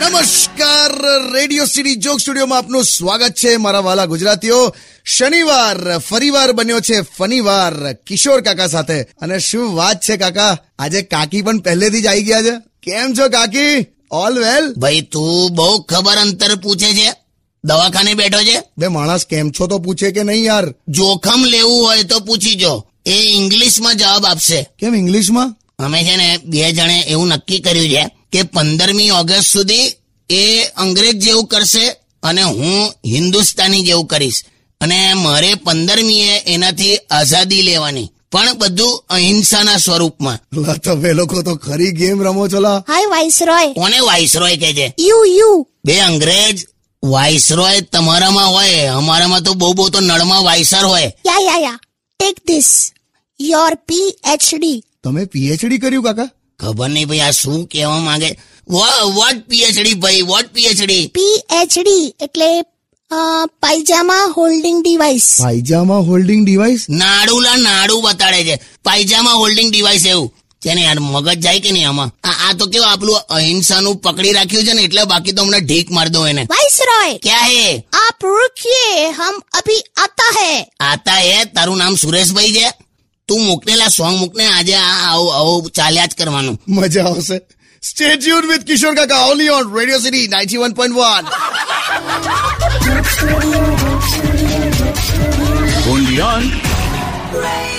નમસ્કાર radio city joke સ્ટુડિયોમાં આપનું સ્વાગત છે મારા વાલા ગુજરાતીઓ શનિવાર ફરીવાર બન્યો છે ફનીવાર કિશોર કાકા સાથે અને શું વાત છે કાકા આજે કાકી પણ પહેલેથી જ આવી ગયા છે કેમ છો કાકી ઓલ વેલ ભાઈ તું બહુ ખબર અંતર પૂછે છે દવાખાને બેઠો છે બે માણસ કેમ છો તો પૂછે કે નહીં યાર જોખમ લેવું હોય તો પૂછી જો એ ઇંગ્લિશમાં જવાબ આપશે કેમ ઇંગ્લિશમાં અમે છે ને બે જણે એવું નક્કી કર્યું છે કે પંદરમી ઓગસ્ટ સુધી એ અંગ્રેજ જેવું કરશે અને હું હિન્દુસ્તાની જેવું કરીશ અને મારે પંદરમીએ એનાથી આઝાદી લેવાની પણ બધું અહિંસાના સ્વરૂપમાં લા તમે લોકો તો ખરી ગેમ રમો છો લા હાય વાઇસરોય કોને વાઇસરોય કે છે યુ યુ બે અંગ્રેજ વાઇસરોય તમારામાં હોય અમારામાં તો બહુ બહુ તો નળમાં વાઇસર હોય યા યા યા ટેક ધીસ યોર પીએચડી તમે પીએચડી કર્યું કાકા ખબર નહીં ભાઈ આ શું કહેવા માંગે વોટ પીએચડી ભાઈ વોટ પીએચડી પીએચડી એટલે અ, પાયજામા હોલ્ડિંગ ડિવાઇસ પાયજામા હોલ્ડિંગ ડિવાઇસ નાડુલા નાડુ બતાડે છે પાયજામા હોલ્ડિંગ ડિવાઇસ એવું છે ને યાર મગજ જાય કે નહીં આમાં આ આ તો કેવું આપણું અહિંસાનું પકડી રાખ્યું છે ને એટલે બાકી તો હમણાં ઢીક માર દો એને વાઇસરોય ક્યાં હે આપ રૂકિયે હમ અભી આતા હૈ આતા હે તારું નામ સુરેશભાઈ છે તું મૂકનેલા સોંગ મૂકને આજે આ આવું આવું ચાલ્યા જ કરવાનું મજા આવશે સ્ટે ટ્યુન વિથ કિશોર કાકા only on radio city 91.1 Only on Radio